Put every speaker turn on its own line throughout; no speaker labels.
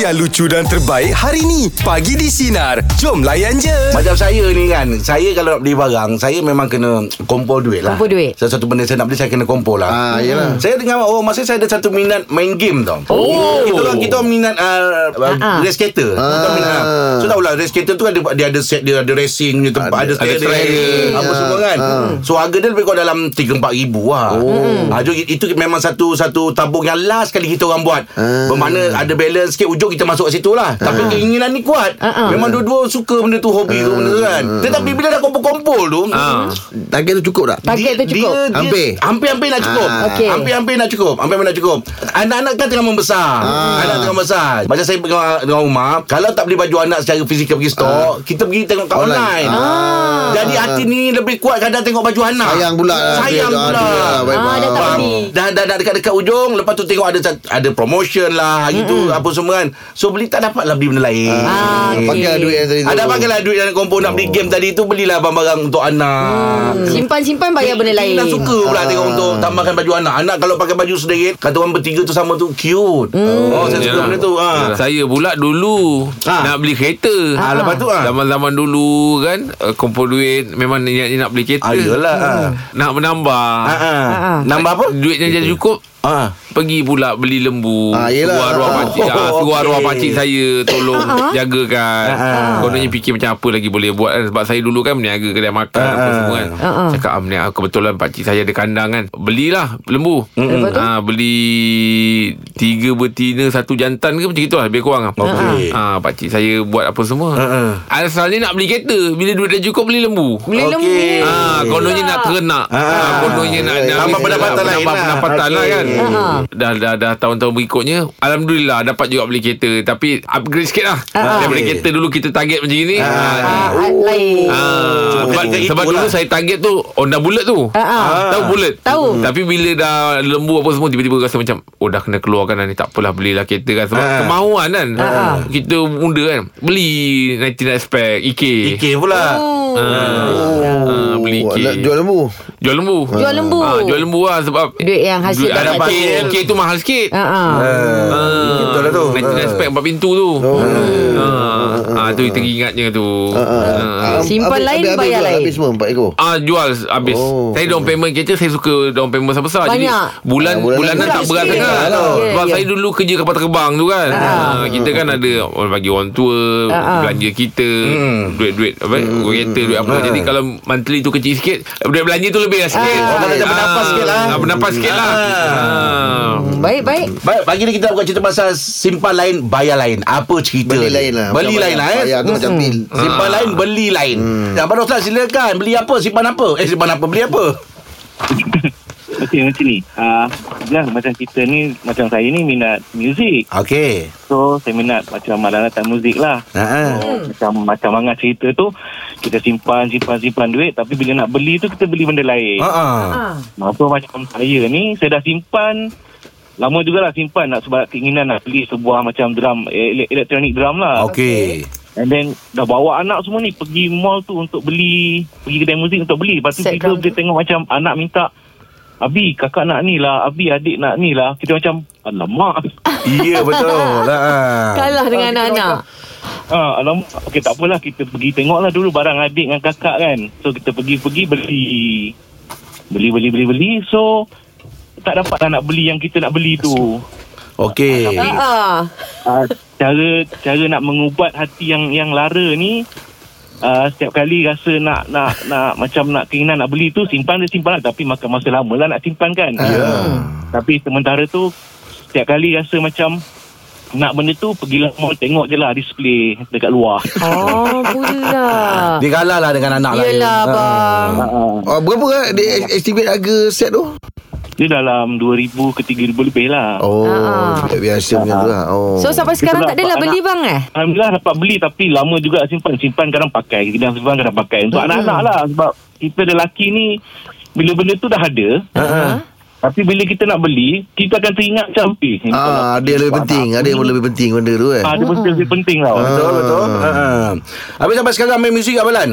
yang lucu dan terbaik hari ni. Pagi di Sinar. Jom layan je.
Macam saya ni kan Saya kalau nak beli barang Saya memang kena Kumpul duit lah
Kumpul duit.
Sesuatu benda saya nak beli Saya kena kumpul
Ah,
lah
yelah.
Saya dengan orang Masa saya ada satu minat Main game tau oh. Kita orang kita orang minat uh,
Ah, ah.
Race skater ah. kita orang minat, ah. So tahu lah Race skater tu ada, dia ada set Dia ada racing punya tempat Ada,
Ada- ada
steering,
steering.
Apa
Ah.
semua kan
Ah.
So harga dia lebih kurang dalam 3-4 ribu lah oh. ah, so, Itu memang satu Satu tabung yang last kali kita orang buat
Ah.
Bermakna ada balance sikit Ujung kita masuk kat situ lah Tapi keinginan ni kuat
Ah, ah.
Memang dua-dua suka benda tu Hobi tu benda tu kan Tetapi bila dah kumpul-kumpul tu
Ah.
hmm.
Target tu cukup tak?
Target tu cukup.
dia,
Hampir.
dia, Hampir-hampir nak cukup
Ah.
Okey.
Hampir-hampir nak cukup Hampir-hampir nak cukup Anak-anak kan tengah membesar
Ah.
Anak tengah membesar Macam saya dengan, dengan Umar Kalau tak beli baju anak secara fizikal pergi stok Kita pergi tengok kat online,
Ah.
Ah.
Online. Ah.
Jadi hati ni lebih kuat kadang tengok baju anak
Sayang pula lah.
Sayang
Aduh,
pula
aduh, baik,
Ah, dah tak
faham.
beli.
Dah, dah dah dekat-dekat ujung Lepas tu tengok ada sat- ada promotion lah Hari tu apa semua kan So beli tak dapat lah beli benda lain
Ah, okey.
Pakai duit yang tadi tu. Oh.
Ada pakailah duit yang kompon nak beli game tadi tu Belilah barang-barang untuk anak
Hmm, Simpan-simpan bayar benda lain.
Dah suka
Ah.
pula tengok untuk tambahkan baju anak Anak kalau pakai baju sedikit Kata orang bertiga tu sama tu Cute
Hmm.
Oh saya suka
Yelah.
benda tu ha.
Yelah. ya. Saya pula dulu
Ah.
Nak beli kereta
Ah, lepas tu, ah.
Zaman-zaman dulu kan uh, Kumpul duit Memang niat nak beli kereta
Ah,
Hmm.
yelah, ah.
Nak menambah Eh,
Ha, ha.
Ah, ah.
Nambah apa?
Duitnya jadi cukup
Ha.
Pergi pula beli lembu
Ah, yelah.
Keluar ruang
Ah.
pakcik ah,
Oh,
Keluar
okey.
ruang pakcik saya Tolong
ah.
jagakan
Ah.
Kononnya fikir macam apa lagi boleh buat kan Sebab saya dulu kan Meniaga kedai makan Apa semua kan
Ah.
Cakap ah, meniaga, Kebetulan pakcik saya ada kandang kan Belilah lembu
Lepas tu?
Ah, Beli Tiga betina Satu jantan ke Macam itulah Lebih kurang
Okey.
ah, Pakcik saya buat apa semua
Ah, ah.
Asalnya nak beli kereta Bila duit dah cukup Beli lembu
Beli
Okey.
lembu.
Ah, kononnya nak terenak. Ah, kononnya nak nak
Tambah pendapatan lain
Tambah
lah.
pendapatan lah
Okey.
kan.
Ha.
Dah dah dah tahun-tahun berikutnya alhamdulillah dapat juga beli kereta tapi upgrade sikit lah. Daripada
Okey.
kereta dulu kita target macam ni.
Ah,
Ah.
lain.
Ah, sebab,
ketika
sebab
itulah.
dulu saya target tu Honda Bullet tu lah.
Ah, ah.
Tahu Bullet
Tahu.
Tapi bila dah lembu apa semua Tiba-tiba rasa macam Oh dah kena keluarkan dah ni Tak apalah belilah kereta kan Sebab
Ah.
kemahuan kan
Ah, ah.
Kita muda kan Beli 99 spec EK,
E
Fikir pula
Oh.
Ah, Beli EK
Nak Oh. jual lembu. Ah.
Jual lembu
Jual lembu.
ha, Jual lembu lah sebab
Duit yang hasil
Duit
tak
ada
dapat
K,
tu.
K tu mahal sikit
Ah, ah.
Ah, Betul lah tu
Nanti
Ah.
nak spek empat pintu tu
Oh.
ha, ha, Tu kita ingatnya tu ha.
Ah,
Simpan
habis-
lain,
habis- habis
bayar
jual,
lain.
Habis semua empat ekor.
Ah jual habis. Oh.
Oh.
Saya down payment kereta saya suka down payment besar-besar.
Banyak.
Jadi bulan
Ah, bulan-
bulanan
bulan
tak berat
sikit.
sangat.
Ya, ya.
Sebab saya dulu kerja kapal terbang tu kan. Ah, kita kan ada orang bagi orang tua,
Ah, ah.
belanja kita, duit-duit apa kereta duit apa. Jadi kalau monthly tu kecil sikit, duit belanja tu lebih lah sikit.
Ah.
Orang ada bernafas sikit lah.
Ah, Bernafas sikit lah. Ah.
Baik, baik.
Baik, pagi ni kita bukan cerita pasal simpan lain, bayar lain. Apa cerita?
Beli
ni?
lain lah.
Beli
Bukan
lain lah eh.
bayar, Bayar tu macam
Hmm.
Hmm. bil.
Simpan lain, beli lain. Ya, Abang Roslan silakan. Beli apa, simpan apa? Eh, simpan apa, beli apa?
Okey macam ni uh, Jelas macam kita ni Macam saya ni minat muzik
Okey.
So saya minat macam malalatan muzik lah
Ha.
So, Macam macam Angah cerita tu Kita simpan simpan simpan duit Tapi bila nak beli tu kita beli benda lain
Ha.
Maka macam saya ni Saya dah simpan Lama jugalah simpan nak sebab keinginan nak beli sebuah macam drum eh, elektronik drum lah.
Okey.
And then dah bawa anak semua ni pergi mall tu untuk beli, pergi kedai muzik untuk beli. Lepas tu
Set
tiba
drum tu.
dia tengok macam anak minta, Abi kakak nak ni lah, Abi adik nak ni lah. Kita macam, alamak.
Ya betul. Ha.
Ah.
Kalah dengan anak-anak.
ha, alamak. Okey tak apalah kita pergi tengok lah dulu barang adik dengan kakak kan. So kita pergi-pergi beli. Beli, beli, beli, beli. So tak dapatlah nak beli yang kita nak beli tu.
Okey.
Ah, ah.
Ah, cara cara nak mengubat hati yang yang lara ni uh, setiap kali rasa nak nak nak macam nak keinginan nak beli tu simpan dia simpan lah. tapi makan masa lama lah nak simpan kan
Ya.
yeah. tapi sementara tu setiap kali rasa macam nak benda tu pergilah mall tengok je lah display dekat luar
Oh, pula.
Dia kalah lah dengan anak
Ah.
lain.
Yelah,
Ha.
bang.
uh,
Ah, berapa kan dia estimate harga set tu?
dia dalam 2,000 ke 3,000 lebih lah
Oh,
Ah.
tak biasa punya tu lah. Oh.
So, sampai sekarang tak adalah beli bang eh?
Alhamdulillah dapat beli tapi lama juga simpan. Simpan kadang pakai. Kadang simpan kadang pakai.
Hmm.
Untuk anak-anak lah sebab kita lelaki ni bila benda tu dah ada.
Ha.
Tapi bila kita nak beli, kita akan teringat macam eh, ni kalau
Ah, ada yang lebih
simpan
penting,
aku
ada yang
ni,
lebih penting benda tu Ah. kan.
ah, Ada benda lebih penting tau.
Betul betul. Ha. Habis sampai sekarang main muzik apa Lan?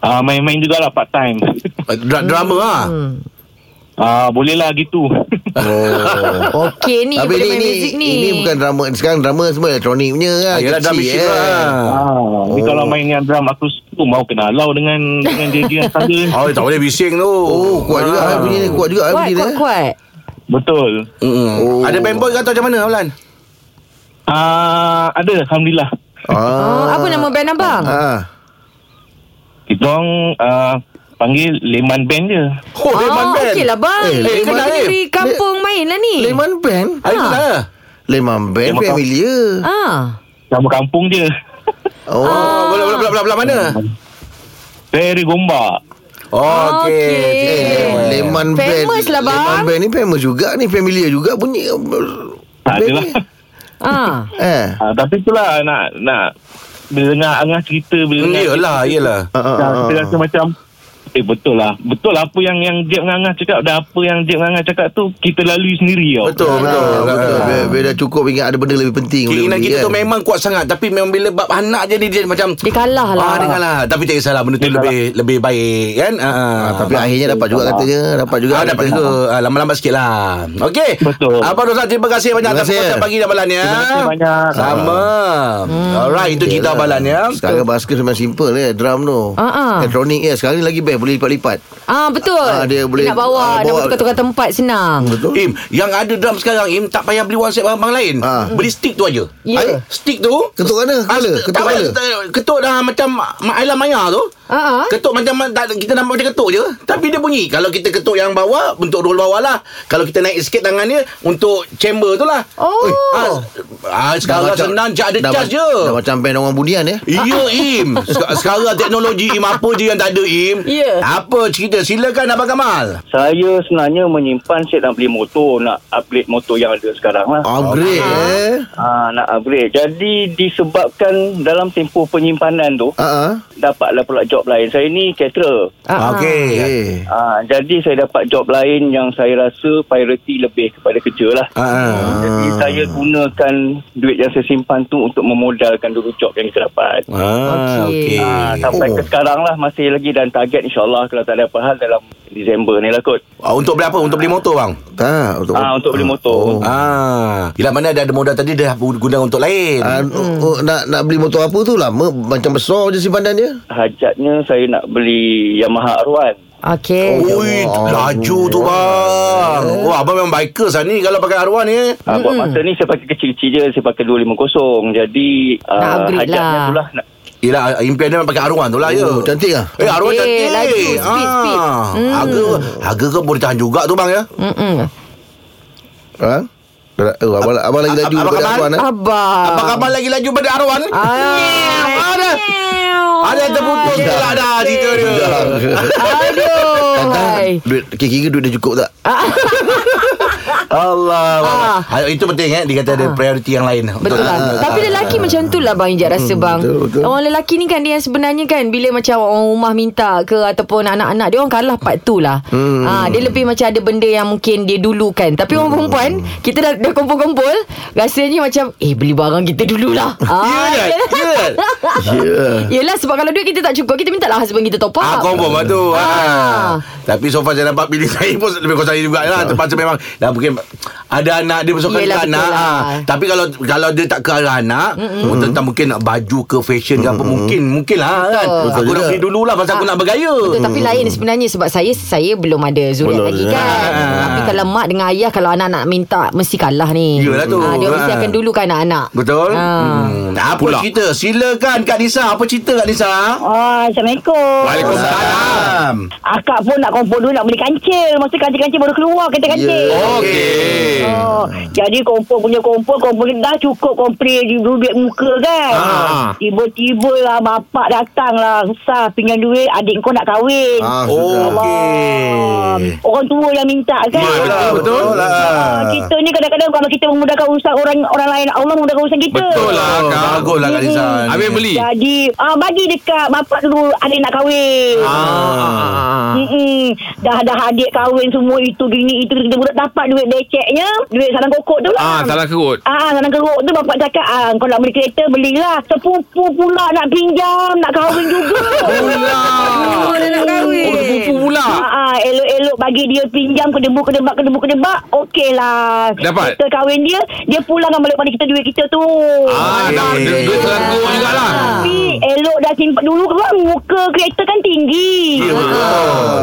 Ah, main-main jugalah part time.
Hmm.
lah. Eh, dra- Drama ah.
Ah, bolehlah gitu.
Oh.
Okey ni
Habis
boleh
ni,
main
ni,
muzik ni.
Ini bukan drama Sekarang drama semua elektronik punya kan
Ah, yelah, drum
Kecil,
machine
kan.
lah.
ah, ni
Oh.
kalau main yang drum aku tu mau lah. kena alau dengan dengan dia dia yang sana.
Oh, tak boleh bising tu.
Oh kuat juga
Ah.
ah. Bunyi ni kuat juga ah,
Kuat
bunyi ni
kuat kuat.
Betul.
Mm-mm.
Oh.
Ada pemboy ke atau macam mana Ablan?
Ah, ada alhamdulillah.
ah.
Oh, apa nama band abang?
Ha.
Ah.
Kita orang ah, panggil Leman Band je.
Oh, Leman Band.
Okey lah bang.
Eh,
Eh,
Leman Band.
dari kampung main lah ni.
Leman Band
Ada
Ha.
ha.
Leman Band
Leman
family dia
Ah.
Sama kampung je.
Oh
Oh, belah belah belah belah, belah mana?
Very gombak.
Oh, okey.
Okey.
Eh, Leman Band
Famous lah, bang.
Leman Band ni famous juga ni Familiar juga bunyi
Tak
Band
ada lah.
ni.
Ah.
Eh
Ah, tapi itulah nak nak bila dengar Angah cerita bila
Hmm,
dengar
Yelah, yelah.
Ah, ah,
Dah,
ah,
kita
ah.
rasa macam Eh betul lah Betul lah apa yang yang Jeb dengan Angah cakap Dan apa yang Jeb dengan Angah cakap tu Kita lalui sendiri ya. tau
Betul,
Ah,
betul.
betul.
Ah.
Bila, bila dah cukup ingat ada benda lebih penting boleh
Keinginan
beli,
kita
kan?
tu memang kuat sangat Tapi memang bila bab anak je ni Dia macam
Dia kalah lah.
Ah, dia kalah Tapi tak kisahlah Benda tu
Dia kalah.
lebih lebih baik Kan ah,
Ah,
ah,
Tapi akhirnya dapat juga katanya Dapat juga
Ah, dapat
kata.
juga ah, Lambat-lambat sikit lah Okey
Betul.
Abang Rosak terima kasih banyak
Terima
Atas
kasih.
perkongsian pagi dan malam ya
Terima kasih banyak
Sama Alright itu cerita
Yelah.
balan ya
Sekarang basket memang simple eh Drum tu
Ah, ah.
Elektronik ya Sekarang ni lagi best Boleh lipat-lipat
Ah betul.
Ah, dia boleh-
nak bawa,
ah,
nak
bawa-
tukar-tukar tempat senang.
Ah, Betul
Im Yang ada drum sekarang Im tak payah beli whatsapp abang lain
Ah.
Beli stick tu aja
Ya.
Ay, Stick tu
Ketuk mana? Kepala?
Ah,
Ketuk
tak
kepala?
payah, Ketuk dah macam Mak Ayla Maya tu
Ah, ah.
Ketuk macam tak, Kita nampak macam ketuk je Tapi dia bunyi Kalau kita ketuk yang bawah Untuk roll bawah lah Kalau kita naik sikit tangan dia Untuk chamber tu lah
Oh.
ah, ah, Sekarang
macam-
senang je Ada
dah
charge
ma-
je
Dah macam band orang budian eh
Ya Im Sek- Sekarang teknologi Im Apa je yang tak ada Im
Ya.
Apa cerita Silakan Abang Kamal
Saya sebenarnya menyimpan set nak beli motor, nak upgrade motor yang ada sekarang lah.
Upgrade eh
Ah, nak upgrade. Jadi disebabkan dalam tempoh penyimpanan tu,
Ah, ah.
dapatlah pula job lain. Saya ni caterer.
Ah,
Okey
Eh.
Ah, jadi saya dapat job lain yang saya rasa priority lebih kepada kerja lah.
Ah.
Jadi saya gunakan duit yang saya simpan tu untuk memodalkan dulu job yang kita dapat.
Ah,
Okey.
okey.
Ah, sampai
Oh.
ke sekarang lah masih lagi dan target insyaAllah kalau tak ada apa hal dalam Disember ni lah kot.
Ah, untuk beli apa? Untuk beli motor bang.
Tak untuk,
Ah, untuk beli motor.
Oh. Ah.
Ah, ialah mana dah ada modal tadi dah guna untuk lain.
Ah, oh, nak nak beli motor apa tu lama macam besar je simpanan dia.
Hajatnya saya nak beli Yamaha R1.
Okey.
Ui,
Oh, Allah.
laju tu bang. Wah, Oh, abang memang biker sah ni kalau pakai arwah ni. eh.
Ha, buat masa ni saya pakai kecil-kecil je Saya pakai 250 Jadi
Nak
ah,
upgrade
hajatnya
lah.
tu lah nak,
Ialah impian dia memang pakai arwah tu lah ya.
Oh, cantik ah.
Eh, arwah
Cantik,
cantik.
laju, speed, speed.
Ah,
Hmm.
Harga, harga ke boleh tahan juga tu bang ya.
Mm-mm.
Ha? Oh, abang, abang lagi laju
Abang
daripada
Kamal?
abang eh?
Abang.
Apa khabar lagi laju pada arwah ni?
Ah,
Ada. Ada yang terputus
Ada.
lah dah cerita dia.
Aduh. hai.
Kadang Kan, duit kira-kira duit dah cukup tak?
Allah. Ah. Itu penting eh. Dia kata ada prioriti yang lain.
Ah.
Ah.
Betul
Ah,
lah Tapi lelaki macam tu lah Bang Ijat rasa bang
Hmm, betul, betul.
Orang lelaki ni kan Dia yang sebenarnya kan Bila macam orang rumah minta ke Ataupun anak-anak Dia orang kalah part tu lah hmm. ha, Dia lebih macam ada benda yang mungkin Dia dulukan Tapi
Hmm.
orang perempuan Kita dah, dah kumpul-kumpul Rasanya macam Eh beli barang kita dululah ha,
Ya, Jad. Ya.
Ya.
Yelah sebab kalau duit kita tak cukup Kita minta lah husband kita top up
Ah, confirm lah tu ah.
Ah.
Tapi so far saya nampak Pilih saya pun Lebih kurang saya juga lah Terpaksa memang Dah mungkin Ada anak Dia bersukan
Yelah, betul
Yelah, anak
lah.
lah. Tapi kalau Kalau dia tak ke arah anak mm-hmm. Tentang mungkin nak Baju ke fashion ke apa Mungkin Mungkin lah kan
Betul
Aku nak
juga.
beli dulu lah Pasal aku nak bergaya
Oh. Ah.
Mm.
Betul, tapi lain sebenarnya sebab saya saya belum ada zuriat
Belum,
lagi
ya.
kan. Tapi kalau mak dengan ayah kalau anak-anak minta mesti kalah ni.
Yelah tu.
Ah, dia
Ha.
mesti akan dulu kan anak-anak.
Betul
Ha.
hmm. Apa
Pula.
cerita Silakan Kak Nisa Apa cerita Kak Nisa
Oh, Assalamualaikum.
Waalaikumsalam
Akak pun nak kumpul dulu nak beli kancil. Masa kancil-kancil baru keluar
Ya.
kereta kancil.
Yeah.
Okey.
Oh, jadi kumpul punya kumpul, kumpul dah cukup komplain di duit muka kan.
Ah.
Tiba-tiba lah bapak datang lah. Susah pinjam duit, adik kau nak kahwin.
Ah,
Oh,
sudah.
Okey
Orang tua yang minta kan.
Betul lah, Betul
Ah,
lah
kita ni kadang-kadang kalau kita memudahkan urusan orang orang lain, Allah memudahkan urusan kita.
Betul lah. Kak.
Bagus lah Kak Nisa ni.
Habis beli.
Jadi ah, bagi dekat bapak dulu adik nak kahwin.
Ah.
Ah.
Mm-mm. Dah dah adik kahwin semua itu gini itu kita budak dapat duit beceknya duit sarang kokok tu lah.
Ah, salah kerut.
Ah, sarang keruk tu bapak cakap, ah, kau nak beli kereta, belilah. Sepupu pula nak pinjam, nak kahwin juga.
Oh, dia nak kahwin.
Oh, dia pupu pula.
Ah, ah, elok-elok bagi dia pinjam kedebuk kedebak kedebuk kedebak okey lah
Dapat?
kita kahwin dia dia pulangkan balik pada kita duit kita tu
Ah, dah. Dia dia salah kerut jugalah.
tapi elok dah simpan dulu kan muka kereta kan tinggi
Ya,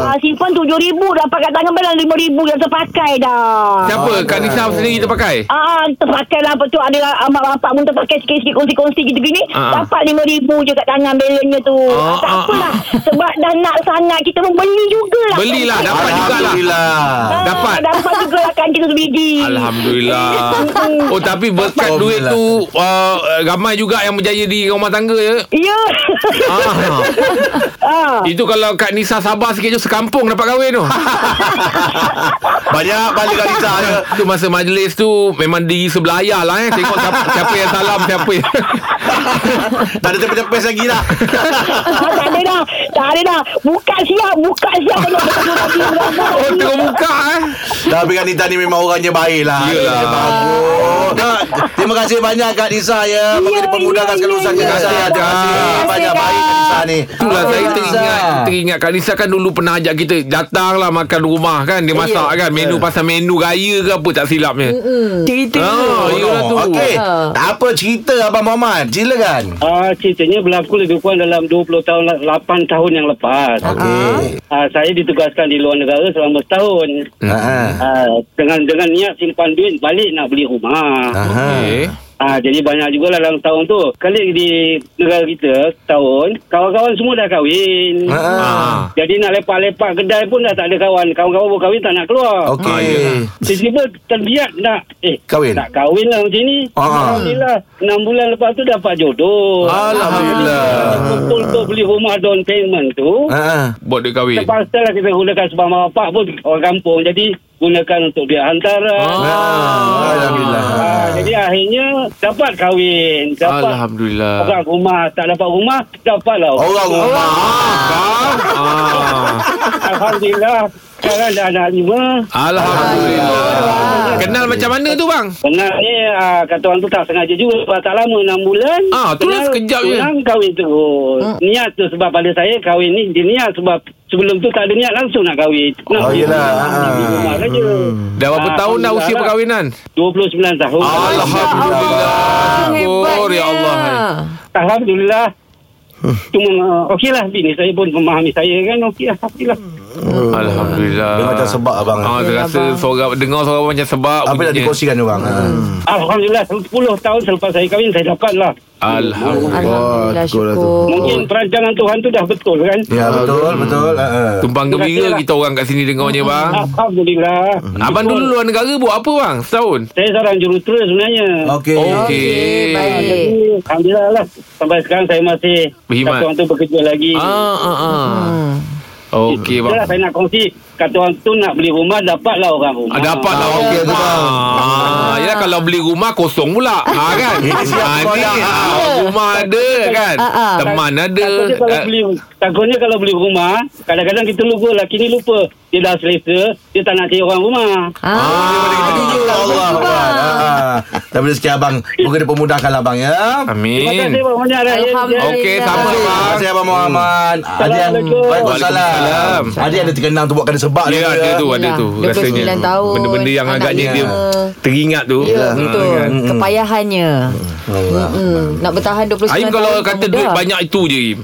ah, simpan RM7,000 dapat kat tangan barang RM5,000 yang terpakai dah
Siapa? Kak Nisa sendiri terpakai?
Ah, terpakai lah Lepas tu ada Amat bapak pun terpakai Sikit-sikit kongsi-kongsi gitu gini
Ah.
Dapat RM5,000 je kat tangan Balanya tu
Ah,
ah, Tak
ah,
apalah Sebab dah nak sangat Kita pun beli jugalah
Belilah, dapat lah. jugalah.
Alhamdulillah.
Ah,
Dapat.
Dapat juga lah kancing sebiji
Alhamdulillah. Oh tapi berkat
Alhamdulillah.
duit tu uh, ramai juga yang berjaya di rumah tangga ya.
Ya
Ah.
ah.
Itu kalau Kak Nisa sabar sikit je sekampung dapat kahwin tu.
Banyak balik Kak Nisa. ya.
tu masa majlis tu memang di sebelah ayah lah eh. Tengok siapa, siapa yang salam siapa yang.
tak ada tepes-tepes lagi lah.
ah, Tak ada dah Tak ada dah Buka siap Buka siap
oh tengok muka eh.
Tapi Kak Nita ni memang orangnya baik lah.
Yelah.
Bagus. Kak, Terima kasih banyak Kak Nisa ya. Bagi
Ya,
dia
ya,
pemudahkan segala
ya,
urusan Kak
ya.
Nisa. Terima kasih.
Terima
kasih,
Banyak
Kak.
baik Kak Nisa ni.
Itulah
Kak
saya
Nisa.
teringat
Ha.
Teringat Kak Nisa kan dulu pernah ajak kita Datang lah makan rumah kan Dia masak kan Menu pasal menu raya ke apa Tak silapnya
Cerita
Ah,
dulu.
yelah tu.
Okey.
Ha.
Tak apa cerita Abang Muhammad. Silakan.
Ah, ceritanya berlaku lebih kurang dalam 20 tahun, 8 tahun yang lepas.
Okey.
Ah, saya ditugaskan di luar negara selama setahun.
Ha.
Ah, dengan dengan niat simpan duit balik nak beli rumah.
Ha.
Okey.
Ah, jadi banyak jugalah dalam tahun tu. Kali di negara kita tahun, kawan-kawan semua dah kahwin.
Ah.
Jadi nak lepak-lepak kedai pun dah tak ada kawan. Kawan-kawan berkahwin tak nak keluar.
Ah,
Okey.
ya.
Tiba-tiba terbiak nak eh
Kahwin.
nak kahwin lah macam ni.
Ah.
Alhamdulillah 6 bulan lepas tu dapat jodoh.
Alhamdulillah.
Betul untuk beli rumah down payment tu.
Ha. ha.
Buat dia kahwin
Terpaksa lah kita gunakan sebab mak bapak pun orang kampung. Jadi gunakan untuk dia hantaran.
Ah.
Alhamdulillah.
Ah, jadi akhirnya dapat kahwin. Dapat
Alhamdulillah
orang rumah. Tak dapat rumah, dapatlah orang.
Orang rumah.
Ah. Ah.
Alhamdulillah. Sekarang dah anak lima.
Alhamdulillah. Kenal macam mana tu bang?
Benarnya uh, kata orang tu tak sengaja juga sebab tak lama 6 bulan.
Ah, tu lah sekejap je.
Orang kahwin terus. Niat tu sebab pada saya kahwin ni dia niat sebab sebelum tu tak ada niat langsung nak kahwin. Nak
Oh,
beli
yelah. Hmm.
rumah, nak beli rumah saja.
Dah berapa
Ah,
tahun dah usia
alhamdulillah.
perkahwinan?
29 tahun.
Alhamdulillah. Syukur
Hebatnya.
ya Allah.
Alhamdulillah. Cuma uh, okey lah bini saya pun memahami saya kan okey lah alhamdulillah.
Alhamdulillah.
Dia macam sebab abang.
Ah, terasa seorang dengar seorang macam sebab.
Apa yang
bunyinya.
dikongsikan orang. Ha.
Alhamdulillah 10 tahun selepas saya kahwin saya dapat lah.
Alhamdulillah.
Alhamdulillah
Wah, syukur lah tu.
syukur.
Oh.
Mungkin perancangan Tuhan tu dah betul kan?
Ya betul betul. Ha. ha.
Hmm. Tumpang gembira
Terima kasih lah.
kita orang kat sini dengarnya bang.
Alhamdulillah.
Abang dulu luar negara buat apa bang? Setahun.
Saya seorang jurutera sebenarnya.
Okey.
Okey,
Okey.
baik.
Alhamdulillah lah. Sampai sekarang saya masih
Berkhidmat.
kata orang tu bekerja lagi.
Ah ah ah. Okey
Itulah
bang.
saya nak kongsi. Kata orang tu nak beli rumah, dapatlah orang rumah.
Ah, dapat lah okey
tu,
rumah.
bang.
Ah, yalah kalau beli rumah kosong pula. Ha kan?
Ini siap
Ah,
sekolah.
ni, ah, rumah ada kan?
Ah, ah.
Teman ada.
Takutnya kalau,
Ah,
beli, takutnya kalau beli rumah, kadang-kadang kita lupa. Laki ni lupa. Dia dah selesa, dia tak nak cari orang rumah.
Ah.
Allah Akbar.
Ah.
Ha, ha. Tapi rezeki abang Moga dia pemudahkanlah abang ya
Terima
Amin.
kasih banyak.
Alhamdulillah.
Okey, sama
Terima
bang.
kasih Abang Muhammad Ada yang
Assalamualaikum.
Waalaikumsalam
Waalaikumsalam.
Ada yang dia terkenang tu Buatkan dia sebab
Ya, ada tu, ada tu
Yelah, 29
rasanya.
tahun,
Benda-benda yang
anak
agaknya dia
lima.
teringat tu.
Ya,
lah.
betul.
Hmm,
kan?
Kepayahannya.
Allah.
Hmm, nak bertahan 29
Aim
tahun.
kalau
tak
kata
mudah.
duit banyak itu je Aim.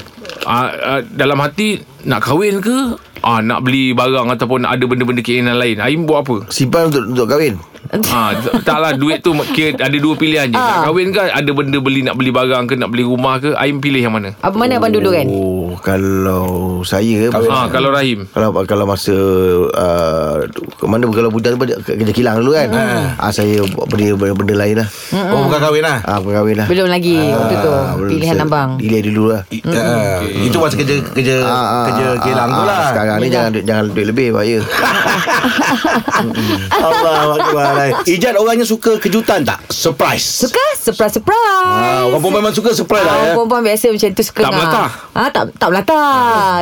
Ah, ah, dalam hati nak kahwin ke? Ah nak beli barang ataupun ada benda-benda keinginan lain. Aim buat apa?
Simpan untuk, untuk kahwin
Ah taklah duit tu kira ada dua pilihan je. Nak
Ah.
kahwin ke ada benda beli nak beli barang ke nak beli rumah ke? Aim pilih yang mana?
Apa mana abang dulu kan?
Oh Kalau saya eh,
Kahwin.
Ah kalau Rahim.
kalau kalau masa uh, ke mana kalau budak tu ber- kerja kilang dulu kan. Ah saya buat benda benda lain lah.
Oh bukan kahwin lah
Ah kahwin lah.
Belum lagi waktu tu.
Ah, belum
Pilihan
bisa.
abang.
Delay dulu lah.
I- ah, Itu masa kerja Kerja
Ah, ah,
kerja
ah,
kilang
ah,
tu
ah,
lah
Sekarang ni jangan duit- jangan duit lebih bahaya.
Allah Akbar Ah, Ijat orangnya suka kejutan tak? Surprise
Suka surprise-surprise.
Ah, Orang perempuan memang suka surprise lah
Ah,
ya
Perempuan biasa macam tu suka
Tak
ngah.
melata.
Ah, tak tak melata.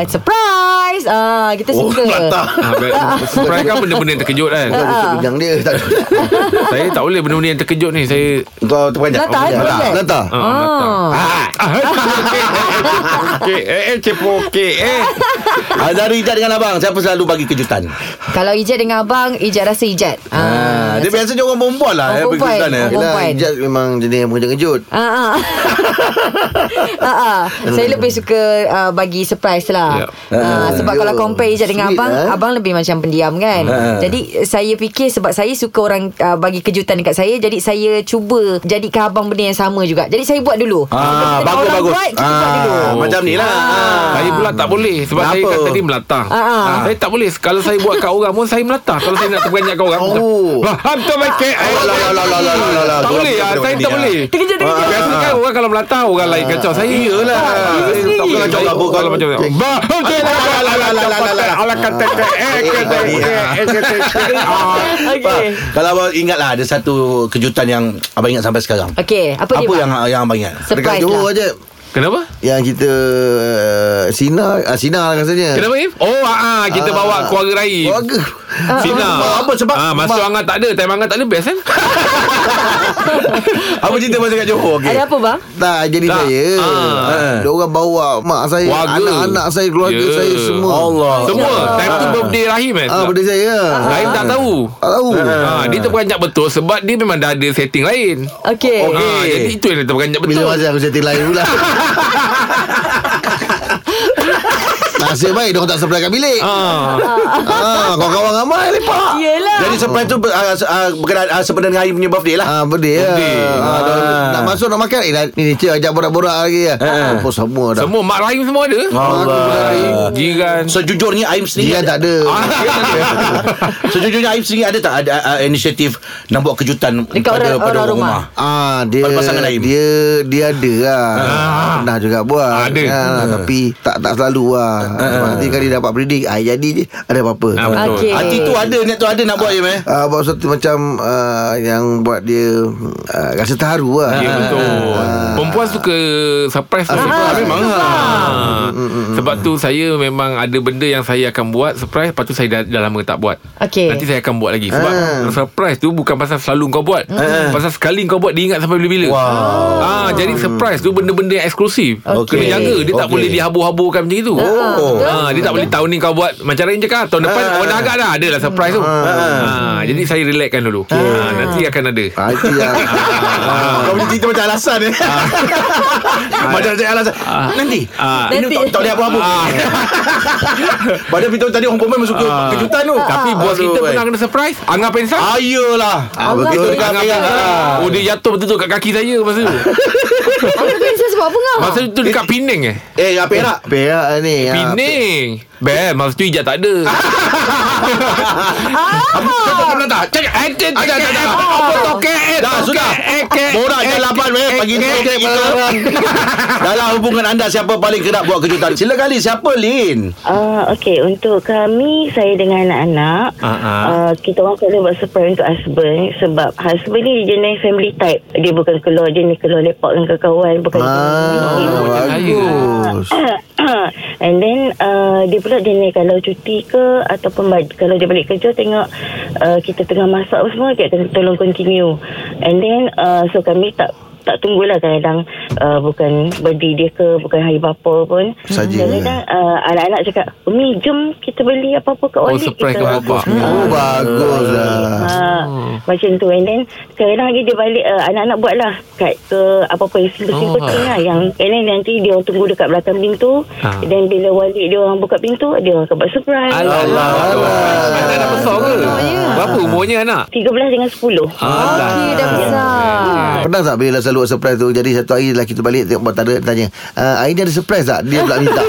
Surprise. ah kita
Oh,
suka.
Kelantan.
Ah, Surprise kan benda-benda yang terkejut kan
Ikut bidang dia tak ada.
Saya tak boleh benda-benda yang terkejut ni Saya
Kau terpanjang
Lantai,
Oh,
eh, boleh.
terpanjang.
Nata.
ah, datang. Ah, ah, okey, okey, eh, eh, kepo, okey, eh.
Ah, Dari Ijat dengan abang Siapa selalu bagi kejutan
Kalau Ijat dengan abang, Ijat rasa Ijat.
ah, Dia biasanya orang perempuan lah
Orang
eh, bagi
perempuan.
kejutan eh.
Orang
Yelah
perempuan.
Ijaz memang jenis yang mengejut-ngejut
Ah, ah. ah, ah. Saya lebih suka uh, bagi surprise lah.
Ya.
Yep.
Ah, sebab
Yo,
kalau compare Ijat dengan
sweet,
abang,
eh?
abang lebih macam pendiam kan.
Ah.
Jadi saya fikir sebab saya suka orang uh, bagi kejutan dekat saya, jadi saya cuba jadikan abang benda yang sama juga. Jadi saya buat dulu. Kalau
Ah, bagus
orang
bagus.
Buat, kita buat dulu.
Ah, macam ni lah.
Ah. Saya pula tak boleh Sebab Kenapa? saya
Kenapa?
kan tadi melatah
Ah, ah.
Ah, Saya tak boleh Kalau saya buat kat orang pun Saya melatah Kalau saya nak terperanjat kat orang "Lah,
Oh.
Faham tu
Ah,
Mike
Oh, lah, lah, lah, lah, lah, lah, lah.
Tak
Dorang
boleh
kena
ah,
kena
Saya
macam
tak
ni,
boleh
Terkejut terkejut.
Biasanya kan orang kalau melatah Orang lain kacau Saya
Ah,
Iyalah
Ah. Saya tak boleh kacau orang, kau-
Kalau macam tu Bah
Eh,
Alah kata Eh
ya.
kata Eh kata
Ah. Okey.
Kalau abang ingatlah ada satu kejutan yang abang ingat sampai sekarang.
Okey, apa, dia?
Apa
Bang?
yang ah, yang abang ingat? "Oh,
Dekat
surprise
Johor
lah.
je
Kenapa?
Yang kita uh, Sina uh, Sina lah rasanya
Kenapa Im? Oh ah, ah, Kita bawa keluarga Raif
Keluarga
Sina
Apa sebab?
ah, Masa Angah tak ada Time Angah tak ada Best kan
Apa cerita masa kat Johor? Okey.
Ada apa bang?
Tak jadi
Oh, Tak.
saya
Ah.
Dia orang bawa Mak saya
Keluarga.
Anak-anak saya Keluarga
Ya.
saya semua
Allah.
Semua Time tu birthday Rahim eh
Ah, Benda saya
Rahim tak tahu
Tak tahu
Ha, dia terperanjat betul sebab dia memang dah ada setting lain.
Okey.
Okay. Ha, jadi itu yang dia terperanjat betul.
Eh. Bila masa aku setting lain pula Nasib baik Diorang tak sebelah kat bilik
Ha.
ah, Kawan-kawan ramai lepak
Yelah.
Jadi surprise tu uh, uh, berkenaan uh, sebenarnya dengan hari punya birthday lah.
Ah, berdeh ya.
Birthday.
Ah, dah- Nak masuk nak makan eh, dah, Ni cik ajak borak-borak lagi ya. Ah. Oh, semua dah
Semua mak Rahim semua ada.
Allah.
Jiran.
Sejujurnya Aim
Dia
sendiri
tak ada Ah.
Sejujurnya Aim sendiri ada tak ada uh, inisiatif nak buat kejutan
Dekat
pada,
orang-
pada
orang
orang rumah.
rumah.
Ah dia
Pada pasangan Aim.
dia dia ada lah.
Ah.
Pernah juga buat.
Ada.
Ah, tapi tak tak selalu lah. Nanti kali dapat predict ah jadi je ada apa-apa.
Ah, betul.
Okey.
Hati tu ada, niat tu ada nak buat Aim eh.
Ah buat sesuatu macam ah, yang buat dia ah, rasa terharu lah.
Ya betul. Perempuan suka surprise lah.
surprise.
memang. Ha.
Mm,
Sebab tu saya memang ada benda yang saya akan buat surprise lepas tu saya dah, dah lama tak buat.
Okey.
Nanti saya akan buat lagi sebab
Ah.
surprise tu bukan pasal selalu kau buat. Hmm. Pasal sekali kau buat dia ingat sampai bila-bila. Wow. Ah jadi surprise tu benda-benda yang eksklusif.
Okey.
Kena jaga dia tak
Okey.
boleh dihabur-haburkan macam itu.
Oh.
Ha, dia tak boleh tahun ni kau buat Macam Rahim cakap Tahun
Ah.
depan orang dah agak dah Adalah surprise tu ha, Jadi saya relaxkan dulu
Ah.
ha, Nanti akan ada
Ah, itu yang
Kau punya cerita macam alasan eh. Macam cakap Ah. alasan. Nanti.
Ah.
Ini tak tak boleh apa-apa. Padahal Peter tadi orang perempuan memang suka
Ah.
kejutan tu.
Tapi kan? eh. bos
Aduh,
kita
baik.
pernah kena surprise Angah pensang
Ayolah.
ah,
Itu
betul.
dekat
Angah
Perak.
pensang Oh dia jatuh betul-betul kat kaki saya Masa tu
Apa princess buat apa kau?
Masa tu dekat Penang eh
Eh, apa Perak?
Perak ni. ah,
Penang Bel Masa tu hijab tak ada
Ah. Kau tak pernah tak?
Cakap Eh tak tak tak tak
Apa
Apa tu KL
Ah. Dah, sudah. Borak je lapan weh pagi ni.
eh,
Okey, malam. Dalam hubungan anda siapa paling kerap buat kejutan? Sila kali siapa Lin?
Uh, okay, untuk kami, saya dengan anak-anak,
Ah,
uh-huh.
ah.
uh, kita orang selalu buat surprise untuk husband sebab husband ni dia jenis family type. Dia bukan keluar, dia ni keluar lepak dengan kawan-kawan. Bukan
Ah,
macam saya.
bagus.
And then uh, dia pula jenis kalau cuti ke ataupun ba- kalau dia balik kerja tengok uh, kita tengah masak apa semua dia akan tolong continue. And then uh, so kami tak tak tunggulah kadang-kadang uh, bukan birthday dia ke bukan hari bapa pun
Saja.
kadang-kadang uh, anak-anak cakap Umi jom kita beli apa-apa kat
Oh
Olik
surprise
kita
ke Hmm. bapak
Oh, bagus lah.
Ha, macam tu and then kadang-kadang lagi dia balik uh, anak-anak buat lah kat ke apa-apa yang
Oh,
simple-simple lah yang and then nanti dia orang tunggu dekat belakang pintu
ha. Ah.
dan bila balik dia orang buka pintu dia orang akan buat surprise
Alah Alah Anak dah besar ke Berapa umurnya anak
13 dengan 10
Alah
Okey, dah besar.
Pernah tak bila selalu buat surprise tu Jadi satu hari lah kita balik Tengok tak ada Tanya uh, Hari ni ada surprise tak Dia pula minta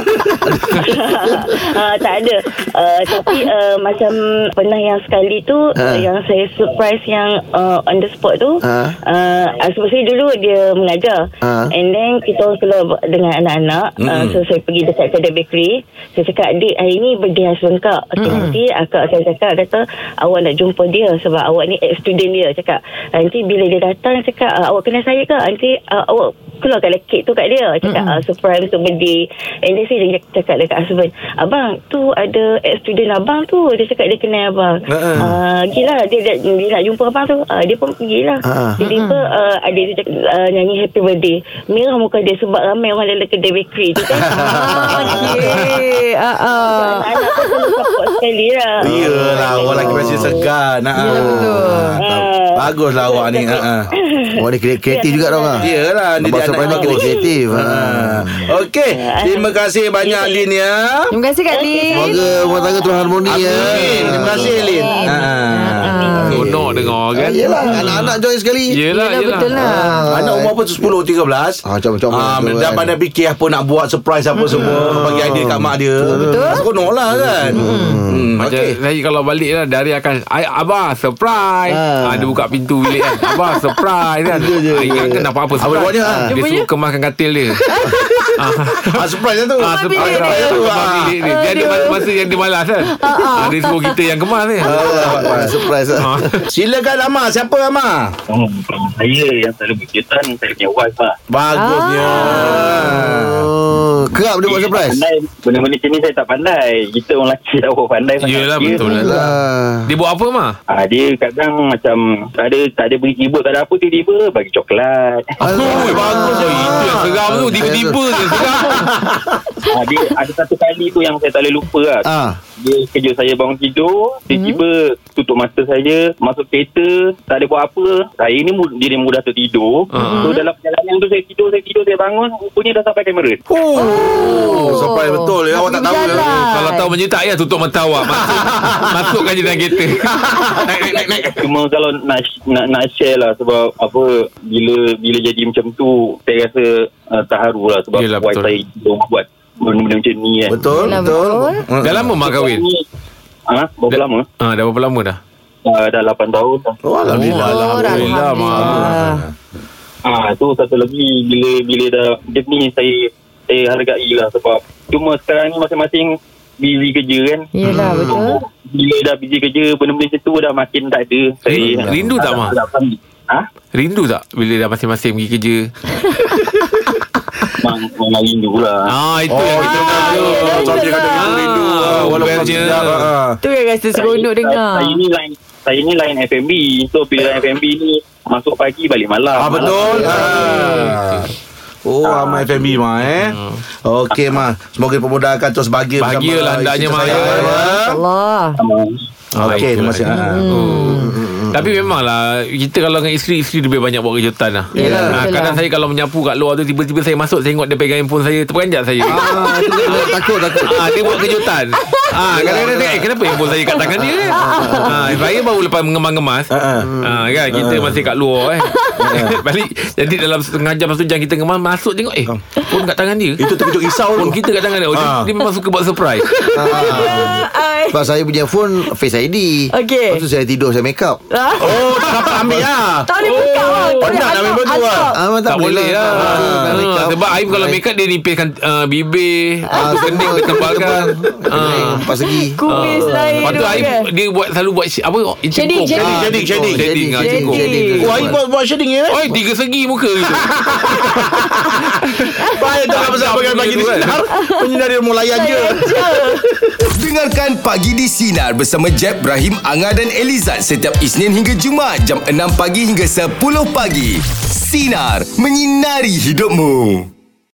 uh, tak ada uh, tapi uh, macam pernah yang sekali tu
Ah.
uh, yang saya surprise yang uh, on the spot tu
Ah.
uh. Uh, sebab saya dulu dia mengajar
Ah.
and then kita orang keluar b- dengan anak-anak uh, so saya pergi dekat kedai bakery saya cakap adik hari ni birthday husband kak okay, nanti akak saya cakap kata awak nak jumpa dia sebab awak ni ex-student dia cakap nanti bila dia datang cakap "Ah, awak kenal saya ke nanti uh, awak keluarkanlah kek tu kat dia cakap mm-hmm. uh, surprise untuk birthday and then saya dia cakap dekat husband abang tu ada ex student abang tu dia cakap dia kenal abang
Ah.
Ha-ha.
uh, gila dia, dia, dia nak jumpa abang tu uh, dia pun pergi lah
Ha.
Ha-ha.
tiba-tiba uh, adik dia cakap, uh, nyanyi happy birthday merah muka dia sebab ramai orang dalam kedai bakery tu kan
Ah, okay. Ah, ah.
anak pun perlu support sekali lah
Iyalah Awak lagi masih
Oh.
segan ha.
Yelah, betul. Eh.
Ah.
Baguslah awak ni ha. ha.
Orang ni kre- kreatif juga tau kan
Iyalah Dia
Lepas
dia
surprise
anak
ni kena
bagus
kreatif ha.
ha. Okey Terima kasih banyak Lin ya
Ya. Terima kasih Kak Lin.
Semoga rumah tangga terus harmoni ya
Amin Terima kasih Lin
Ya.
ha.
Gonok dengar kan
Ah, Yelah Anak-anak join sekali
Yelah
Yelah, betul lah.
Anak umur apa tu 10 13
Ah, macam-macam
Ah,
tu
dah
kan.
pandai fikir apa nak buat surprise apa
Hmm.
semua bagi idea kat mak dia. Betul. Seronok lah kan. Hmm.
Macam
Okey.
okay. saya kalau balik lah Dari akan "Ai, Abah surprise
Ah.
ha. Dia buka pintu bilik kan Abah surprise kan ha, Ingatkan apa-apa surprise
buat dia?
Ah,
Dia
Dia
punya?
suruh kemaskan katil dia
Ah, surprise lah tu.
Ah,
bilik
surprise
dia.
dia.
Ah.
Dia, dia, dia ada masa- masa yang dia malas kan ah, Dia suruh kita yang kemas kan? ni
lah,
Ah, Surprise lah
Silakan Amar. Siapa Amar?
Hmm,
Oh, saya yang tak ada berkaitan saya punya wife lah.
Bagusnya.
Oh, Kerap dia buat surprise
Pandai, benda-benda macam ni saya tak pandai. Kita orang lelaki tak berapa pandai. sangat.
Yelah
Dia-
betul lah
Lah.
Dia buat apa mah?
Ah, dia kadang macam tak ada tak ada beri keyboard tak ada apa tiba-tiba bagi coklat.
Ui, eh, bagus je Itu yang seram tu Tiba-tiba je seram
ah, dia ada satu kali tu yang saya tak boleh lupa lah.
Ah.
Dia kerja saya bangun tidur, tiba-tiba tutup mata saya, masuk kereta, tak ada buat apa. Saya ni mud- diri mudah tertidur.
Ah.
So dalam perjalanan tu saya tidur, saya tidur, saya bangun, rupanya dah sampai Cameron.
Oh, surprise betul. Ya, awak tak tahu.
Tapi
ke?
berjalan.
Kalau tahu macam ni, tak payah tutup mata awak Masuk, Masukkan je dalam kereta Naik naik naik naik
Cuma kalau nak nak, nak share lah sebab apa bila bila jadi macam tu saya rasa uh, terharu lah sebab Yelah,
Yelah,
wife
betul.
saya belum buat benda-benda macam ni kan.
Betul,
Yelah, Ah,
betul.
betul.
Hmm.
Dah lama mak kahwin?
Ha? Berapa
Dah-
lama?
Ah, dah berapa lama dah?
Uh, dah 8 tahun.
Oh, alhamdulillah.
Oh,
Alhamdulillah,
Alhamdulillah.
Ah tu satu lagi bila bila dah dia ni saya saya hargai lah sebab cuma sekarang ni masing-masing busy kerja kan.
Yelah, betul.
Bila dah busy kerja benda-benda macam tu dah makin tak ada. Saya
Rindu tak, Ma?
Ha?
Rindu tak bila dah masing-masing pergi kerja?
Memang memang rindu lah.
Ah, itu yang kita nak
Ah,
tahu.
yelah, Sebab dia kata
Ah,
rindu. ah, Walaupun
bestnya.
sekejap, ah, ah.
Tu yang rasa seronok dengar.
Saya ni lain saya ni lain FMB. So bila
Ah.
lain FMB ni masuk pagi balik malam.
Ah betul. Ah. Oh, Amar FMB mah eh. Okey mah. Semoga pemudahkan terus bahagia
Ah. Bahagialah hendaknya, Ma, ya.
Ah.
Allah.
Malam.
Ah,
Okey, terima
itulah
kasih. Ah.
dia. Oh. Tapi memanglah Kita kalau dengan isteri Isteri lebih banyak buat kejutan lah
Yelah,
Ah,
betul
Kadang
lah.
saya kalau menyapu kat luar tu Tiba-tiba saya masuk Saya tengok dia pegang handphone saya Terperanjat saya
Ah, tu dia Takut takut
Ah, dia buat kejutan. Ah, kadang-kadang tengok, eh, kenapa handphone saya kat tangan dia kan? Ah, saya baru lepas mengemas-ngemas.
ah.
Ah, kan kita masih kat luar eh. Balik jadi dalam setengah jam satu jam kita ngemas masuk tengok eh phone kat tangan dia.
Ah. Itu terkejut risau
Phone
tu.
kita kat tangan dia. Oh, dia,
Ah.
dia memang suka buat surprise.
Ai.
Sebab saya punya phone Face ID
Okey.
Lepas tu saya tidur Saya make up
Ah,
Oh, tak dapat ambil lah.
Tak boleh
Oh,
buka lah. Tak
Penat nak
unlock,
ambil berdua.
unlock.
Ah, memang
tak, boleh lah.
Tak boleh
Ah,
make up.
sebab Aim kalau make up dia nipiskan uh, bibir,
Ah,
ah, kening
semua
ketebalkan.
Kena
Ah.
Empat segi
Kumis lain.
Lepas tu
tu
Aim
kan.
dia buat selalu buat shi- apa
Shading,
cengkung.
shading.
Ah,
Shading, shading,
Shading, ah,
shading.
cengkung.
Shading.
Oh, Aim buat, buat shading ya?
Oi, tiga segi muka je.
Baik, tak nak besar bagian bagi di
kan?
sinar. Menyinari rumah layan je.
Dengarkan Pagi di Sinar bersama Jeb, Ibrahim, Anga dan Elizad setiap Isnin hingga Jumaat jam 6 pagi hingga 10 pagi. Sinar. Menyinari hidupmu.